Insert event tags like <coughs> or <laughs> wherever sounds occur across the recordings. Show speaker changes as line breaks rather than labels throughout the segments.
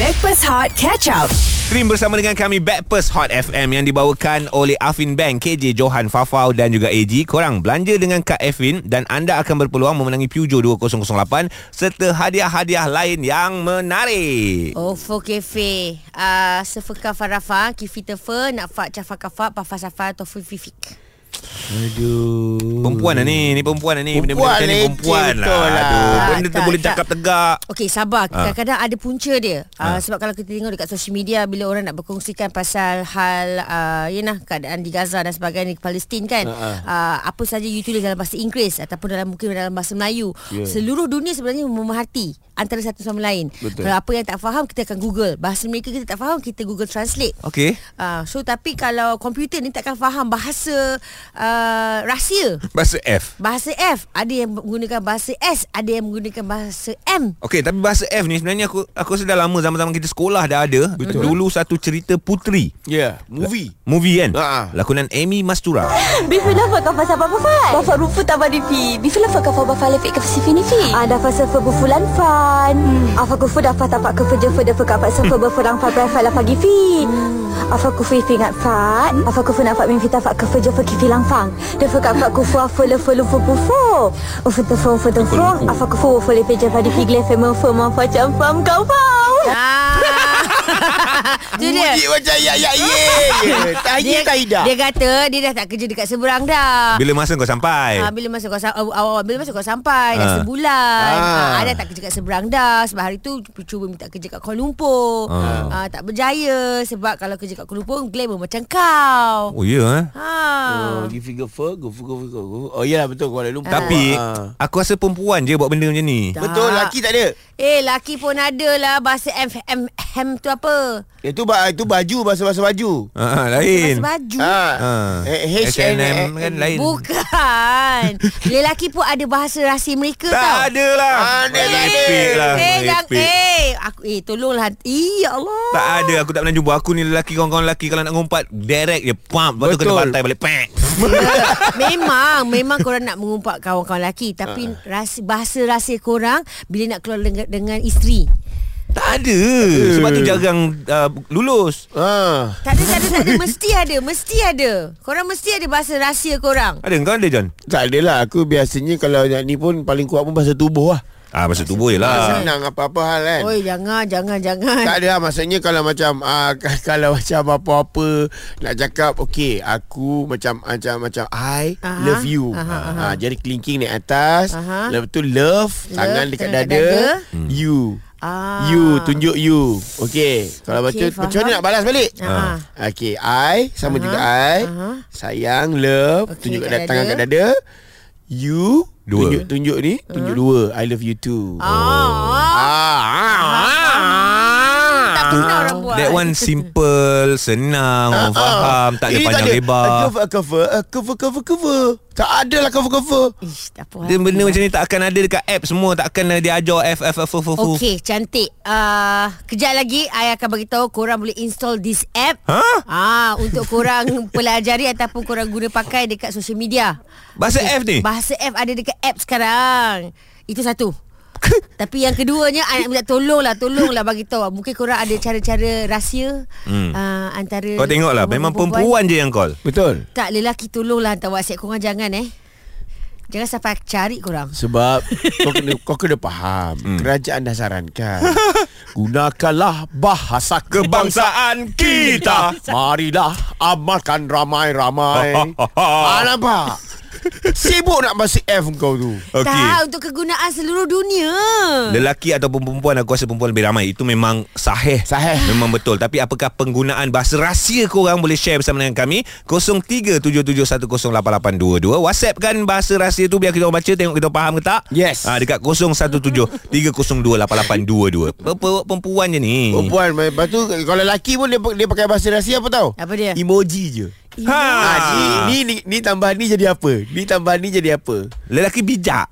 Backpass Hot Catch Up.
Stream bersama dengan kami Backpast Hot FM yang dibawakan oleh Afin Bank, KJ Johan Fafau dan juga AG. Korang belanja dengan Kak Afin dan anda akan berpeluang memenangi Peugeot 2008 serta hadiah-hadiah lain yang menarik.
Oh, fo kefe. Uh, sefeka farafa, kifi tefa, nakfa cafa kafa, pafa safa, tofu fifik.
Aduh.
Perempuan lah ni, ni perempuan lah ni. Benda-benda
Perempuan
macam ni
leceh
perempuan lah.
betul lah.
Aduh,
Tak,
benda tak
tak,
boleh
tak.
cakap tegak.
Okey, sabar.
Ah.
Kadang-kadang ada punca dia.
Ah.
Uh, sebab kalau kita tengok dekat social media bila orang nak berkongsikan pasal hal uh, yalah keadaan di Gaza dan sebagainya di Palestin kan.
Ah,
Uh, apa saja you tulis dalam bahasa Inggeris ataupun dalam mungkin dalam bahasa Melayu.
Ya.
Yeah. Seluruh dunia sebenarnya memerhati antara satu sama lain.
Betul.
Kalau apa yang tak faham kita akan Google. Bahasa mereka kita tak faham kita Google Translate.
Okey.
Uh, so tapi kalau komputer ni takkan faham bahasa uh, rahsia.
Bahasa F.
Bahasa F Ada yang menggunakan bahasa S Ada yang menggunakan bahasa M
Okey, tapi bahasa F ni sebenarnya aku aku rasa dah lama zaman-zaman kita sekolah dah ada. Betul. Dulu satu cerita Putri.
Ya, yeah, movie.
Movie kan?
Ha.
Lakonan Amy Mastura.
Bifi lah fakar pasal apa fai? Bapak rupa tak badi fi. Bifi lah fakar fakar fakar lefik ke sifi ni fi. Ah dah pasal fa bufulan fan. Ah fakar fa dah fa tapak ke fa je fa dah fa kapak sa fa berfurang fa fa lah pagi fi. Ah fakar fi fi ngat fa. Ah fakar fa nak fa min fi tapak ke fa je fa kifi lang fang. Dah fa kapak ku fa fa le fa lu fa pu fa. Oh fa tu fa fa tu fa. Ah fakar fa fa le pe je badi fi gle fa ma fa ma fa cam fam kau fam.
Ah, Itu dia
Dia macam ya ya ye. Tahiyah kaedah.
dia kata dia dah tak kerja dekat seberang dah.
<laughs> Bila masa kau sampai?
Ha, bila masa kau sam- aw- awal bila masa kau sampai dah
Ah.
sebulan.
Ah.
Ha, ada tak kerja kat seberang dah. Sebab hari tu cu- cuba minta kerja kat Kuala Lumpur.
Ah.
Ha. tak berjaya sebab kalau kerja kat Kuala Lumpur glamour macam kau.
Oh ya yeah, eh.
Ha.
Oh, give figure fur, go fur, go fur, go fur. Oh, ya betul Kuala Lumpur.
Tapi
Ah.
aku rasa perempuan je buat benda macam ni.
Tak.
Betul, laki tak ada.
Eh laki pun ada lah bahasa M, M, M tu apa?
Itu Eh, ba- itu baju, bahasa-bahasa baju.
Ha, ha, lain.
Bahasa baju.
Ha. Eh,
H&M kan lain. <laughs>
Bukan. Lelaki pun ada bahasa rahsia mereka
Tak
tau.
ada lah.
Ada, tak ada.
Merepek lah.
Eh, jangan.
merepek.
Eh, aku, eh tolonglah. Eh, ya Allah.
Tak <laughs> ada Aku tak pernah jumpa Aku ni lelaki Kawan-kawan lelaki Kalau nak ngumpat Direct je Pump Lepas tu kena
Betul.
bantai balik Pek <laughs>
Ya, memang Memang korang nak mengumpat kawan-kawan lelaki Tapi
Ha.
uh. rahsia, bahasa rahsia korang Bila nak keluar dengan, dengan isteri
Tak ada Sebab tu jarang uh, Lulus
Ha.
Tak ada, tak ada,
<laughs>
tak ada Mesti ada, mesti ada Korang mesti ada bahasa rahsia korang
Ada kau ada John
Tak adalah aku biasanya kalau nak ni pun paling kuat pun bahasa tubuh lah.
Ah Masa tubuh je lah
Senang apa-apa hal kan.
Oi, jangan, jangan, jangan
Tak ada lah Maksudnya kalau macam uh, <laughs> Kalau macam apa-apa Nak cakap Okay Aku macam Macam macam I
Aha,
uh-huh. love you
aha, aha.
uh-huh. uh, Jadi kelingking naik atas
Aha.
uh-huh. Lepas tu love, Tangan dekat
tangan
dada,
dekat dada.
You
Ah.
You Tunjuk you Okay Kalau
Okey,
okay, macam Macam mana
faham.
nak balas balik
Ah.
Okay I Sama
Aha,
juga I
aha.
Sayang Love
Okey,
Tunjuk kat
kat
da- tangan
dada.
kat dada You
Dua.
Tunjuk, tunjuk ni Tunjuk dua I love you too
Ah,
Ah, ah, ah.
Tak pernah orang buat
That one simple Senang Orang faham Tak ada
Ah, Ini
panjang lebar
Cover cover eh, Cover cover cover Tak ada lah cover cover
Ish, tak puas
Dia benda
hati
macam ni Tak akan ada dekat app semua Tak akan dia ajar F F F F F
Okey, cantik. Uh, kejap lagi I akan bagi tahu korang boleh install this app.
Ha?
Ah,
<laughs>
untuk korang pelajari ataupun korang guna pakai dekat social media.
Bahasa F ni
Bahasa app ada dekat app sekarang. Itu
<laughs>
satu. Tapi yang keduanya I nak minta tolonglah Tolonglah bagi tahu Mungkin korang ada cara-cara rahsia hmm. uh, Antara
Kau tengoklah Memang perempuan je yang call
Betul
Tak lelaki tolonglah Hantar whatsapp korang Jangan eh Jangan sampai cari korang
sebab kau kena kau kena faham hmm. kerajaan dah sarankan gunakanlah bahasa
Kebangsaan
kebangsaan kita
kita
marilah
<laughs>
amalkan ramai-ramai ah nampak sibuk nak bahasa F kau tu
Okey
Tak untuk kegunaan seluruh dunia
Lelaki ataupun perempuan Aku rasa perempuan lebih ramai Itu memang sahih
Sahih.
Memang betul Tapi apakah penggunaan bahasa rahsia korang Boleh share bersama dengan kami 0377108822 WhatsApp kan bahasa rahsia tu Biar kita orang baca Tengok kita orang faham ke tak
Yes.
ha, Dekat 0173028822 Per- per- Perempuan je ni
perempuan lepas tu kalau lelaki pun dia, dia pakai bahasa rahsia apa tau
Apa dia?
emoji je
ha,
Ah, ni, ni, ni, ni tambah ni jadi apa? Ni tambah ni jadi apa?
Lelaki
<laughs>
bijak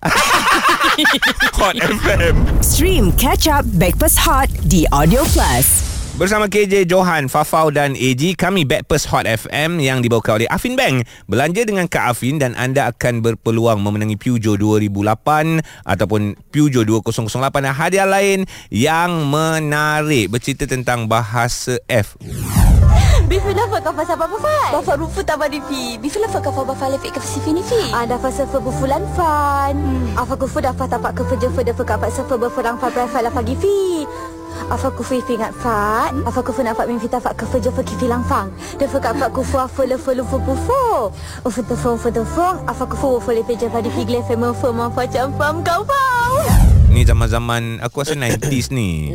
Hot FM
Stream Catch Up Backpass Hot di Audio Plus.
Bersama KJ Johan, Fafau dan AG Kami Backpast Hot FM Yang dibawakan oleh Afin Bank Belanja dengan Kak Afin Dan anda akan berpeluang Memenangi Peugeot 2008 Ataupun Peugeot 2008 Dan hadiah lain Yang menarik Bercerita tentang bahasa F
بخلاف كفى سبب فعل بفروف تبرفي بخلاف كفى بفعل في كفى سفيني في ada fasa berbulan fan afaku fu dah fata pak kefa jefa dah faka pak sefa berperang fa fa la pagi fi afaku fi fi ngat fa afaku fu nak fa min fita fa kefa jefa ki filang fang de faka pak ku fu afa le fu lu fu pu fu ufu tu fu fu tu fu afaku fu fu le pe jefa di fi gle fe mo fu mo fa cham fam kau fau
Ni zaman-zaman Aku rasa 90s ni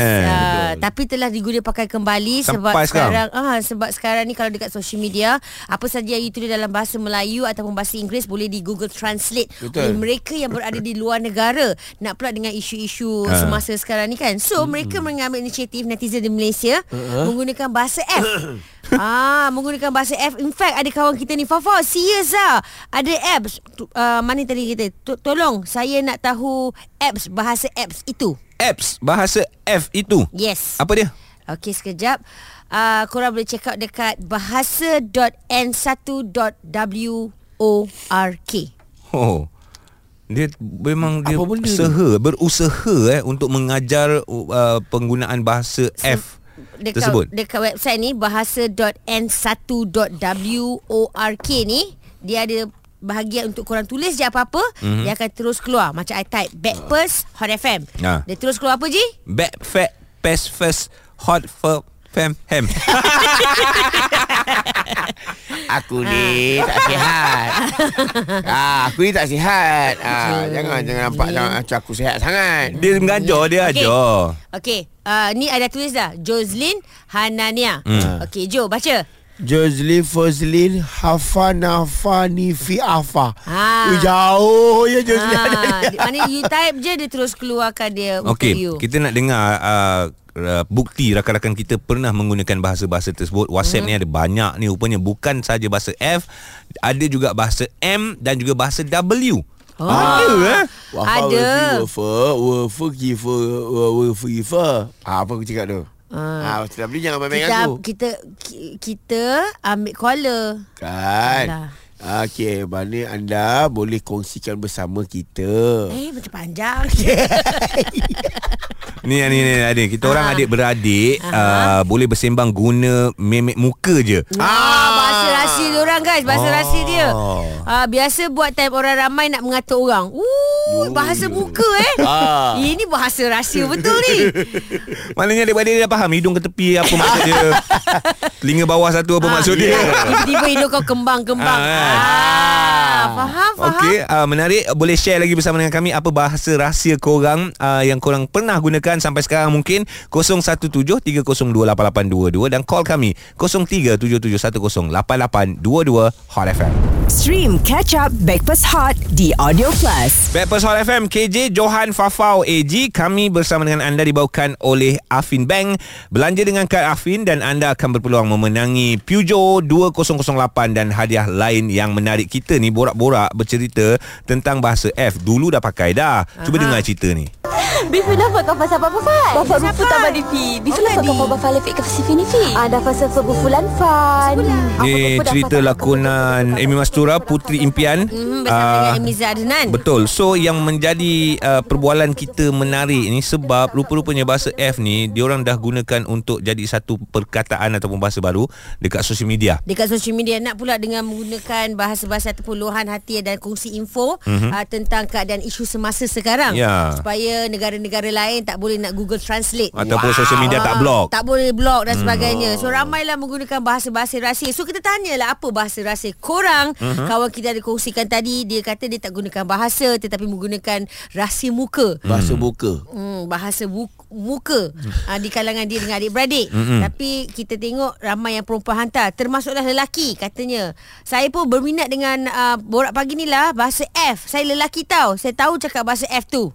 Eh,
Ah, tapi telah diguna pakai kembali sebab
Sampai sekarang.
sekarang ah sebab sekarang ni kalau dekat social media apa saja yang you tulis dalam bahasa Melayu ataupun bahasa Inggeris boleh di Google Translate oleh
Betul.
mereka yang berada di luar negara. Nak pula dengan isu-isu
Ah.
semasa sekarang ni kan. So mereka mengambil inisiatif netizen di Malaysia
Uh-huh.
menggunakan bahasa
<coughs>
F. ah, menggunakan bahasa F. In fact ada kawan kita ni Fafa serius ah. Ada apps Tu- uh, mana tadi kita To- tolong saya nak tahu apps bahasa apps itu.
Apps Bahasa F itu
Yes.
Apa dia?
Okey sekejap. Uh, korang boleh check out dekat bahasa.n1.work.
Oh. Dia memang dia
Apa benda tu?
usaha, berusaha eh untuk mengajar uh, penggunaan bahasa F
Dekat,
tersebut.
dekat website ni bahasa.n1.work ni dia ada bahagian untuk korang tulis je apa-apa
Mhm.
mm-hmm. dia akan terus keluar macam I type Backpast Hot FM.
Ah.
Dia terus keluar apa Ji?
Back fat past first hot for fam ham.
Aku
Ah.
ni tak
<laughs>
sihat ah, Aku ni tak sihat ah, Jangan jangan nampak jangan, macam Aku sihat sangat
dia mengajar, dia okay.
Okey.
ajar.
Okey, uh, ni ada tulis dah Jocelyn Hanania.
Hmm.
Okey, Jo baca.
Jozli Fozlin Hafana Fani Fi Afa
Ah.
Ui, Jauh ya Jozli
Ah, mana you type je dia terus keluarkan dia
Okey,
untuk you.
kita nak dengar uh, uh, bukti rakan-rakan kita pernah menggunakan bahasa-bahasa tersebut. WhatsApp ni ada banyak ni rupanya bukan saja bahasa F, ada juga bahasa M dan juga bahasa W.
Oh.
Ada eh?
Ada.
Wafa Wafa Kifa Wafa Kifa ah, Apa aku cakap tu Ah, ah tapi jangan main-main
Kita
aku.
kita ki- kita ambil caller.
Kan
Alah.
Okey, mana anda boleh kongsikan bersama kita.
Eh macam panjang. <laughs>
Ni ni ni ada kita
Ah.
orang adik beradik uh, boleh bersembang guna memek muka je.
ah bahasa rahsia dia orang guys, bahasa rahsia dia. Ah biasa buat time orang ramai nak mengatur orang. Uh bahasa muka eh.
Ah.
Ini bahasa rahsia betul ni.
Maknanya adik beradik dia dah faham hidung ke tepi
<laughs>
apa maksud dia. Telinga bawah satu apa
Ah,
maksud dia.
kan? Tiba-tiba hidung kau kembang-kembang.
Ah, kan?
Ah, faham faham.
Okey, uh, menarik boleh share lagi bersama dengan kami apa bahasa rahsia korang uh, yang korang pernah gunakan sampai sekarang mungkin 0173028822 dan call kami 0377108822 Hot FM.
Stream Catch Up Backpass Hot di Audio Plus.
Backpast Hot FM KJ Johan Fafau AG Kami bersama dengan anda dibawakan oleh Afin Bank Belanja dengan kad Afin Dan anda akan berpeluang memenangi Peugeot 2008 Dan hadiah lain yang menarik Kita ni borak-borak bercerita Tentang bahasa F Dulu dah pakai dah Cuba dengar cerita ni
Bifila fa kafa sabab fan. Kafa rufu tabadi fi. Bifila fa kafa ba fale fi kafa sifini fi. Ada Ah, fasa fa bufulan fan.
Ni cerita lakonan Amy Mastura Putri Impian
Hmm, bersama
Ah,
dengan Emiza Adnan.
Betul. So yang menjadi uh, perbualan kita menarik ni sebab rupa-rupanya bahasa F ni diorang dah gunakan untuk jadi satu perkataan ataupun bahasa baru dekat social media.
dekat social media nak pula dengan menggunakan bahasa-bahasa ataupun luahan hati dan kongsi info mm-hmm. uh, tentang keadaan isu semasa sekarang
Mhm. Ya.
supaya negara-negara lain tak boleh nak Google Translate
Ataupun social media tak
Ah,
block. Hmm.
tak boleh blog dan sebagainya so ramailah menggunakan bahasa-bahasa rahsia so kita tanyalah apa bahasa rahsia korang
Mhm.
mm-hmm. kawan kita ada kongsikan tadi dia kata dia tak gunakan bahasa tetapi menggunakan rahsia muka
Bahasa buka.
Hmm, bahasa bu- muka uh, di kalangan dia dengan adik-beradik. Tapi kita tengok ramai yang perempuan hantar, termasuklah lelaki katanya. Saya pun berminat dengan uh, borak pagi ni lah bahasa F. Saya lelaki tau. Saya tahu cakap bahasa F tu.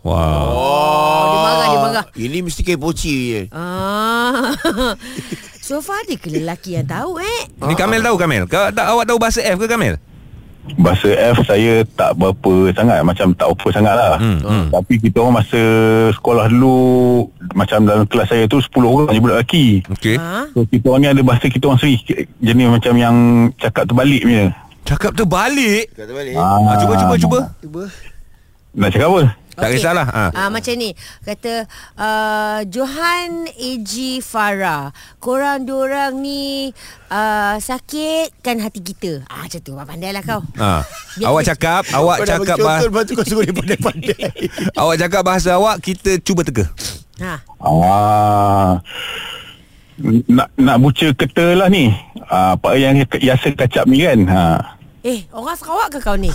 Wow.
Oh,
dia marah, dia
<laughs>
marah.
Ini mesti kepoci ya. je.
Ah. <laughs> so far ada ke lelaki yang tahu eh?
Ni Kamil tahu Kamil? Kau tak awak tahu bahasa F ke Kamil?
Bahasa F saya tak berapa sangat Macam tak apa sangat lah hmm. Tapi kita orang masa sekolah dulu Macam dalam kelas saya tu 10 orang je budak lelaki
Okey.
Ha?
So kita orang ni ada bahasa kita orang sendiri Jenis macam yang cakap terbalik punya
Cakap tu balik.
Kata balik
Ha, cuba cuba cuba.
Cuba
Nak cakap apa?
Tak
Okey.
kisahlah. Ha.
Ah, macam ni kata uh, Johan AG Farah korang diorang ni uh, sakitkan hati kita ah macam tu pandailah kau
Ha.
Biar
Awak
dia-
cakap, awak cakap bah,
Lepas tu kau suruh dia <laughs> pandai-pandai
awak cakap bahasa awak, kita cuba teka.
ha
Ah, nak nak buca keta lah ni. Ah, apa yang biasa kacap ni kan.
<laughs>
Ha.
eh orang Sarawak ke kau ni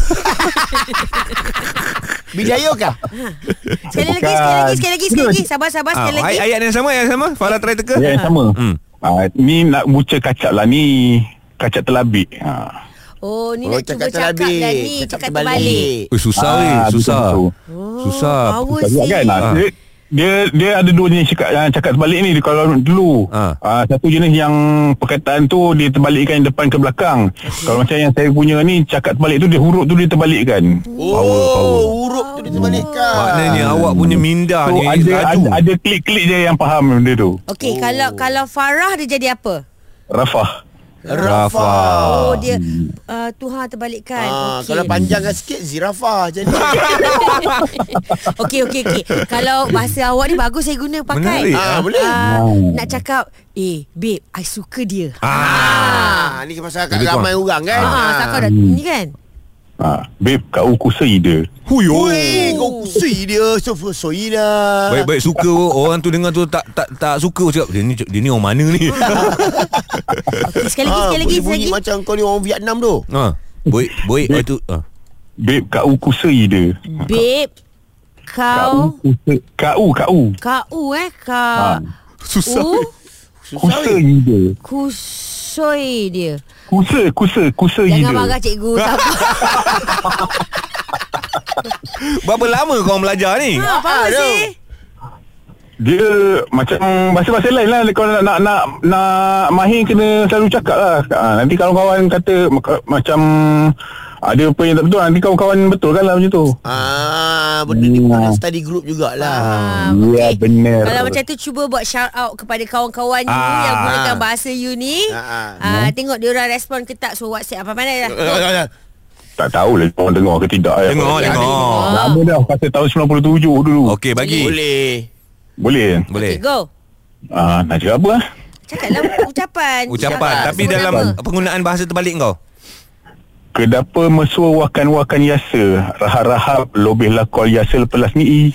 Bijaya kah?
sekali lagi sekali lagi sekali lagi
<laughs>
sekali lagi sabar
Ha,
sabar
Ah,
sekali lagi
ay- ayat yang sama, ayat yang sama. Farah try teka.
Yang sama.
Hmm.
Ah, ni nak buca kacap lah ni. Kacap terlabik. Ha.
oh ni
Oh,
nak cuba cakap
cakap terbalik
lah ni
Cakap
cakap terbalik
terbalik
Ui, susah
Ah,
weh, susah.
betul-betul.
Susah.
Oh, power
Kacap
sih.
kan. Ha.
Ah.
Dia, dia dia ada dua jenis cakap yang cakap terbalik ni Dia kalau dulu.
Ah.
Ah. satu jenis yang perkataan tu dia terbalikkan depan ke belakang. Kalau macam yang saya punya ni cakap terbalik tu dia huruf tu dia terbalikkan.
Oh, huruf tu dia terbalikkan
Ah. Maknanya awak punya minda
Ah. So
Ah, ni
ada,
laju.
ada ada klik-klik je yang faham benda tu.
okey
Oh.
kalau kalau Farah dia jadi apa
Rafah.
Rafa.
Oh dia uh, Tuhan terbalikkan
Ah,
Okey.
Kalau panjangkan sikit Zirafah jadi <laughs>
Okey okey okey. Kalau bahasa awak ni bagus saya guna pakai.
Menarik,
ah, boleh.
Ah,
Wow.
Nak cakap, "Eh, babe, I suka dia."
Ah, ni pasal kat
Lebih kurang.
ramai orang kan.
Ha, ah, tak kau dah ni kan?
Ha, babe, kau kusai dia.
Huyo.
Weh, kau kusui dia. Sofa soi dah.
Baik-baik suka oh. orang tu dengar tu tak tak tak suka cakap dia ni dia ni orang mana
<laughs>
ni.
Okey, sekali lagi sekali lagi sekali
bunyi
lagi.
Ah, macam kau ni orang Vietnam tu.
ha. Boy boy oh, tu. Ha.
Babe, kau kusai dia.
Babe, kau
kusai. Kau, kau.
kau eh
Ah,
kau. Oh, U
Susah
Kusai
weh.
dia.
kusoi dia.
Kusa, kusa, kusai dia.
Jangan marah
<laughs>
cikgu. Tak apa.
Berapa lama kau belajar ni?
Ha, apa
Ah,
sih?
Dia macam bahasa-bahasa lain lah. Kalau nak, nak, nak, nak mahir kena selalu cakap lah. Ha, nanti kalau kawan kata mak- macam ada apa yang tak betul, nanti kawan-kawan betul kan lah macam tu.
Ah, benda
Hmm.
ni pun
Ya.
ada study group jugalah.
Ah,
Ya,
okey.
benar.
Kalau macam tu cuba buat shout out kepada kawan-kawan you
Ah.
yang gunakan bahasa you ni.
Ah,
Ah, tengok dia orang respon ke tak so WhatsApp apa pandai lah.
Tak tahulah orang dengar ke tidak. eh.
Dengar dengar.
Oh.
Lama dah, kata tahun 97 dulu.
Okey bagi.
Boleh.
Boleh?
Boleh.
Okay, go.
Ah, nak cakap apa? ah?
Cakaplah ucapan.
Ucapan tapi
sebut
dalam
nama.
penggunaan bahasa terbalik kau.
Kedapa mesua wakan-wakan yasa Rahab-rahab lobeh lakol yasa lepelas ni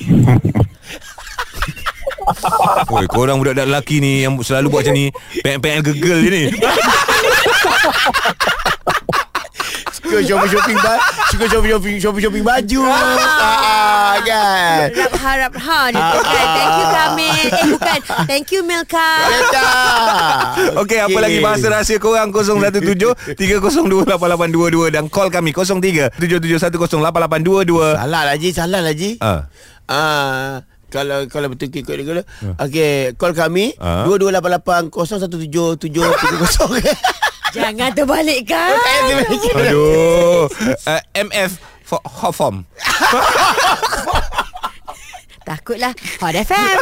<laughs>
Oi, korang budak-budak lelaki ni yang selalu buat macam ni, PL gegel je
<laughs>
ni.
Suka shopping-shopping ba- Suka shopping-shopping shopping-shopping baju. Ah, kan.
Harap harap ha dia kan. Thank you Kamil. Eh bukan. Thank you Milka.
Betul.
Okey, apa lagi bahasa rahsia
<laughs>
korang 017 3028822 dan call kami 03 77108822.
Salah lah Ji Salah lah Ji
Ah.
Ah, kalau kalau betul ikut dia dulu. Okey, call kami
Ah. <laughs>
2288017730.
Jangan terbalikkan.
Aduh. Uh, MF for hot form.
Takutlah. Hot FM.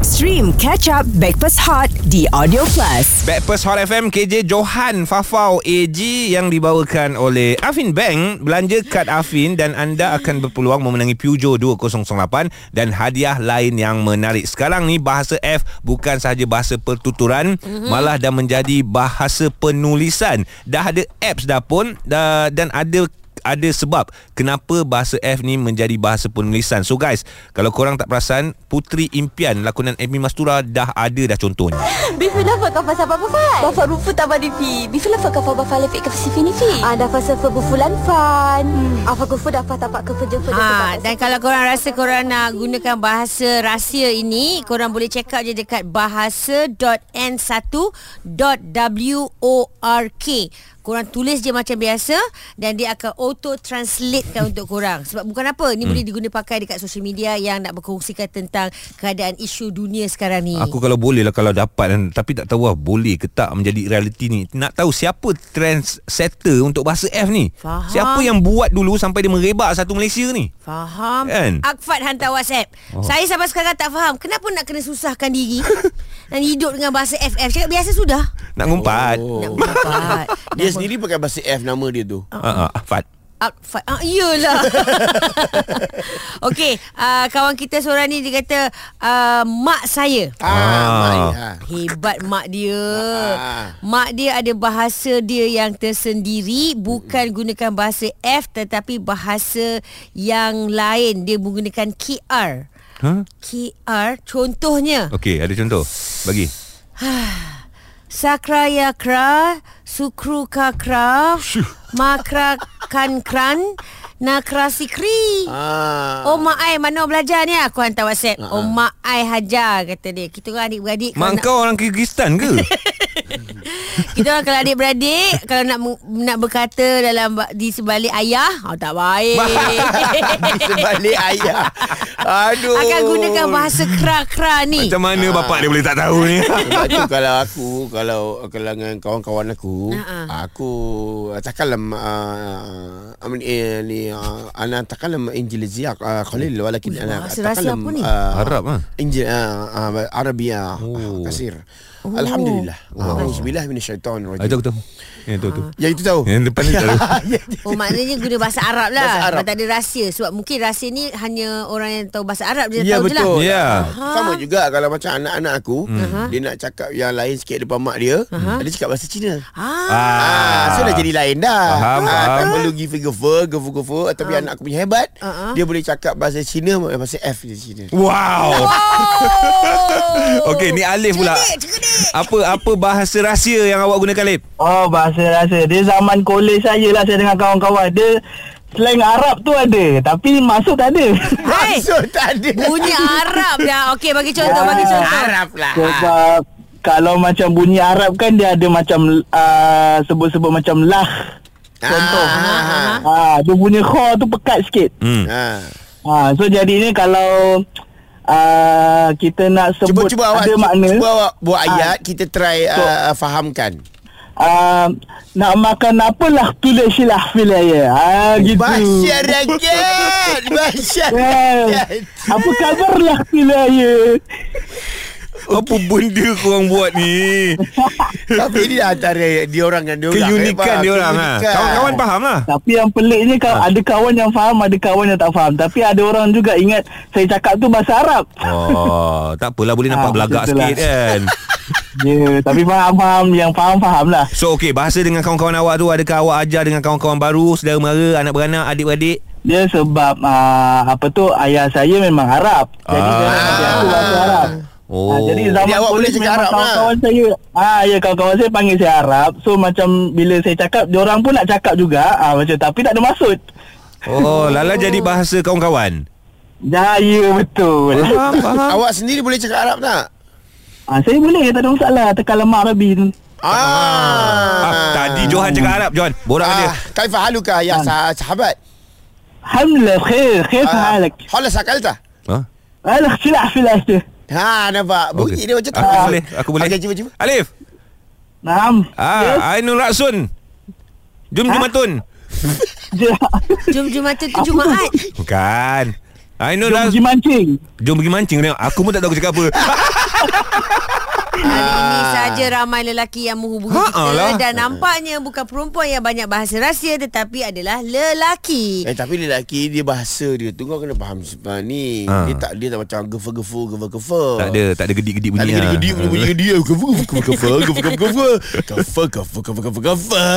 Stream Catch Up Backpass Hot di Audio Plus.
Backpast Hot FM KJ Johan Fafau AG yang dibawakan oleh Afin Bank belanja kad Afin dan anda akan berpeluang memenangi Peugeot 2008 dan hadiah lain yang menarik. Sekarang ni bahasa F bukan sahaja bahasa pertuturan mm-hmm. malah dah menjadi bahasa penulisan. Dah ada apps dah pun dah, dan ada ada sebab kenapa bahasa F ni menjadi bahasa penulisan. So guys, kalau korang tak perasan, Putri Impian lakonan Amy Mastura dah ada dah contohnya.
Bifila faka fasa papa fai. Bafa rufu taba difi. Bifila faka faba fale fi kafsi fini fi. Ada Ah, fasa fabu fulan fan. Afa kufu dafa tapak kufu jofu
Ha, dan kalau korang rasa korang nak gunakan bahasa rahsia ini, korang boleh check out je dekat bahasa.n1.work. korang tulis je macam biasa dan dia akan auto translatekan untuk korang sebab bukan apa ni hmm. boleh diguna pakai dekat social media yang nak berkongsikan tentang keadaan isu dunia sekarang ni
Aku kalau boleh lah Kalau dapat dan, Tapi tak tahu lah Boleh ke tak Menjadi reality ni Nak tahu siapa Trendsetter untuk bahasa F ni
Faham.
Siapa yang buat dulu Sampai dia merebak Satu Malaysia ni
Faham
Kan?
Akfat hantar WhatsApp oh. Saya sampai sekarang tak faham Kenapa nak kena susahkan diri <laughs> Dan hidup dengan bahasa FF Cakap biasa sudah
Nak ngumpat oh.
Nak
<laughs>
berdapat
Dia sendiri pakai bahasa F nama dia tu
uh, uh, Fat
Outfit ah, Yelah <laughs> Okey uh, Kawan kita seorang ni Dia kata uh, Mak saya
Ah, ah. ah.
Hebat mak dia
Ah.
Mak dia ada bahasa dia yang tersendiri
Hmm.
Bukan gunakan bahasa F Tetapi bahasa yang lain Dia menggunakan KR
huh?
KR contohnya
Okey ada contoh Bagi
Sakrayakra Sukru kakra Makra kankran Nakrasikri
Ah. <laughs>
Oh mak ai mana belajar ni Aku hantar whatsapp Oh mak ai hajar Kata dia Kita orang adik-beradik kalau
Mak
nak,
kau orang Kyrgyzstan ke?
Kita orang kalau adik-beradik <laughs> Kalau nak meng- nak berkata dalam ba- Di sebalik ayah oh, Tak baik
Di sebalik ayah Aduh
<laughs> Akan gunakan bahasa kra-kra ni
Macam mana bapak dia boleh tak tahu <laughs> ni?
Sebab tu kalau aku Kalau kalangan kawan-kawan aku
Ha,
Aku ah, Takkanlah uh, I mean, eh, ni uh, Ana takkanlah Injil Ziyak uh, Khalil
Ui,
Walakin ana
bahasa rahsia
takkanlam,
apa ni?
ah,
Oh. Arab, ah?
Injil uh, uh, Arabia
Oh.
oh. Kasir Alhamdulillah Alhamdulillah
Ah, itu
Minasyaitanirrajim
aku tahu. Ya, tu tu.
Yang itu tahu Ah, ya.
Yang depan ni tak tahu.
Oh maknanya guna bahasa Arab lah
Bahasa Arab.
Sebab tak ada rahsia Sebab mungkin rahsia ni Hanya orang yang tahu bahasa Arab Dia
Ya
tahu
betul
je lah
Ya.
Sama juga kalau macam anak-anak aku Dia nak cakap yang lain sikit depan mak dia Dia cakap bahasa Cina
ah,
Ah, so dah jadi lain dah.
Faham,
ah, tak
faham.
perlu give gefer, gefer, gefer. Tapi anak aku punya hebat,
Ah, ah.
dia boleh cakap bahasa Cina, bahasa F dia Cina.
Wow.
Oh
Okey, ni Alif pula. Apa apa bahasa rahsia yang awak gunakan, Alif?
Oh bahasa rasa Dia zaman kolej saya lah Saya dengan kawan-kawan Dia Slang Arab tu ada Tapi masuk tak
<laughs>
ada
Hai.
So tak ada.
Bunyi Arab dah Okey bagi contoh Bagi contoh
Arab lah.
Sebab Kalau macam bunyi Arab kan Dia ada macam uh, Sebut-sebut macam lah Contoh
Ah, ah,
ha, Dia punya kho tu pekat sikit
Hmm.
ah.
ha, So jadinya kalau uh, Kita nak
Cuba
sebut
cuba awak
Ada makna Ah.
cuba awak buat ayat kita try ah, ah, fahamkan.
uh, Nak makan apalah Tulis silah filaya ha, Gitu
Masyarakat,
<laughs>
masyarakat.
Yes. Ah, Apa khabar lah filaya
Apa benda korang buat ni?
Tapi ini antara dia orang dan dia orang.
Keunikan dia orang ah. Kawan-kawan faham lah.
Tapi yang peliknya kau
Ha.
ada kawan yang faham, ada kawan yang tak faham. Tapi ada orang juga ingat saya cakap tu bahasa Arab.
Oh, tak apalah boleh nampak
Ah,
belagak
betul lah.
sikit kan.
Ya, yeah, tapi faham-faham yang faham-faham lah.
So okey, bahasa dengan kawan-kawan awak tu adakah awak ajar dengan kawan-kawan baru, saudara mara, anak beranak, adik-beradik?
Dia sebab uh, apa tu ayah saya memang Arab. Jadi
Ah.
saya ajar aku bahasa Arab.
Oh.
Ah, jadi zaman
Jadi awak
kolej
boleh cakap
memang
Arab lah.
kawan-kawan saya ah ya kawan-kawan saya panggil saya Arab so macam bila saya cakap dia orang pun nak cakap juga ah macam tapi tak ada maksud
Oh, Lala jadi bahasa kawan-kawan.
ya ya betul
Faham, faham.
Awak sendiri boleh cakap Arab tak?
ah saya boleh tak ada masalah tekan lemak Arabi tu
Ah.
Ah, tadi Johan cakap Arab, Johan. Borak ah. dia.
Ah, kaifa haluka ya sah- sahabat?
Alhamdulillah khair khair
Ah,
halak
Hala sakalta.
Ha?
Alah silah silah je
Ha nampak bunyi
Okey.
dia macam tu.
Aku boleh, aku boleh.
Okey cuba cuba.
Alif.
Naam Yes,
Ah, Ainul Raksun. Jum Jumatun.
je.
Jom Jumatan tu Jumaat
Bukan. Kan? Ainul
Jom pergi
Raksun.
mancing
Jom pergi mancing tengok. Aku pun tak tahu aku cakap apa.
Hari
Ah.
ini saja ramai lelaki yang menghubungi
Ha,
kita
alah.
Dan nampaknya bukan perempuan yang banyak bahasa rahsia Tetapi adalah lelaki
Eh tapi lelaki dia bahasa dia tu kau kena faham sebab ni.
Ah.
Dia tak dia tak macam gefer-gefer gefer-gefer.
tak ada, tak ada gedik-gedik bunyi.
Ada
lah.
gedi-gedi punya bunyi dia gefer gefer gefer gefer gefer gefer gefer gefer gefer gefer gefer.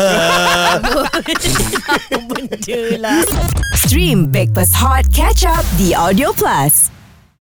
Apa benda lah
Stream Breakfast Hot Catch Up The Audio Plus.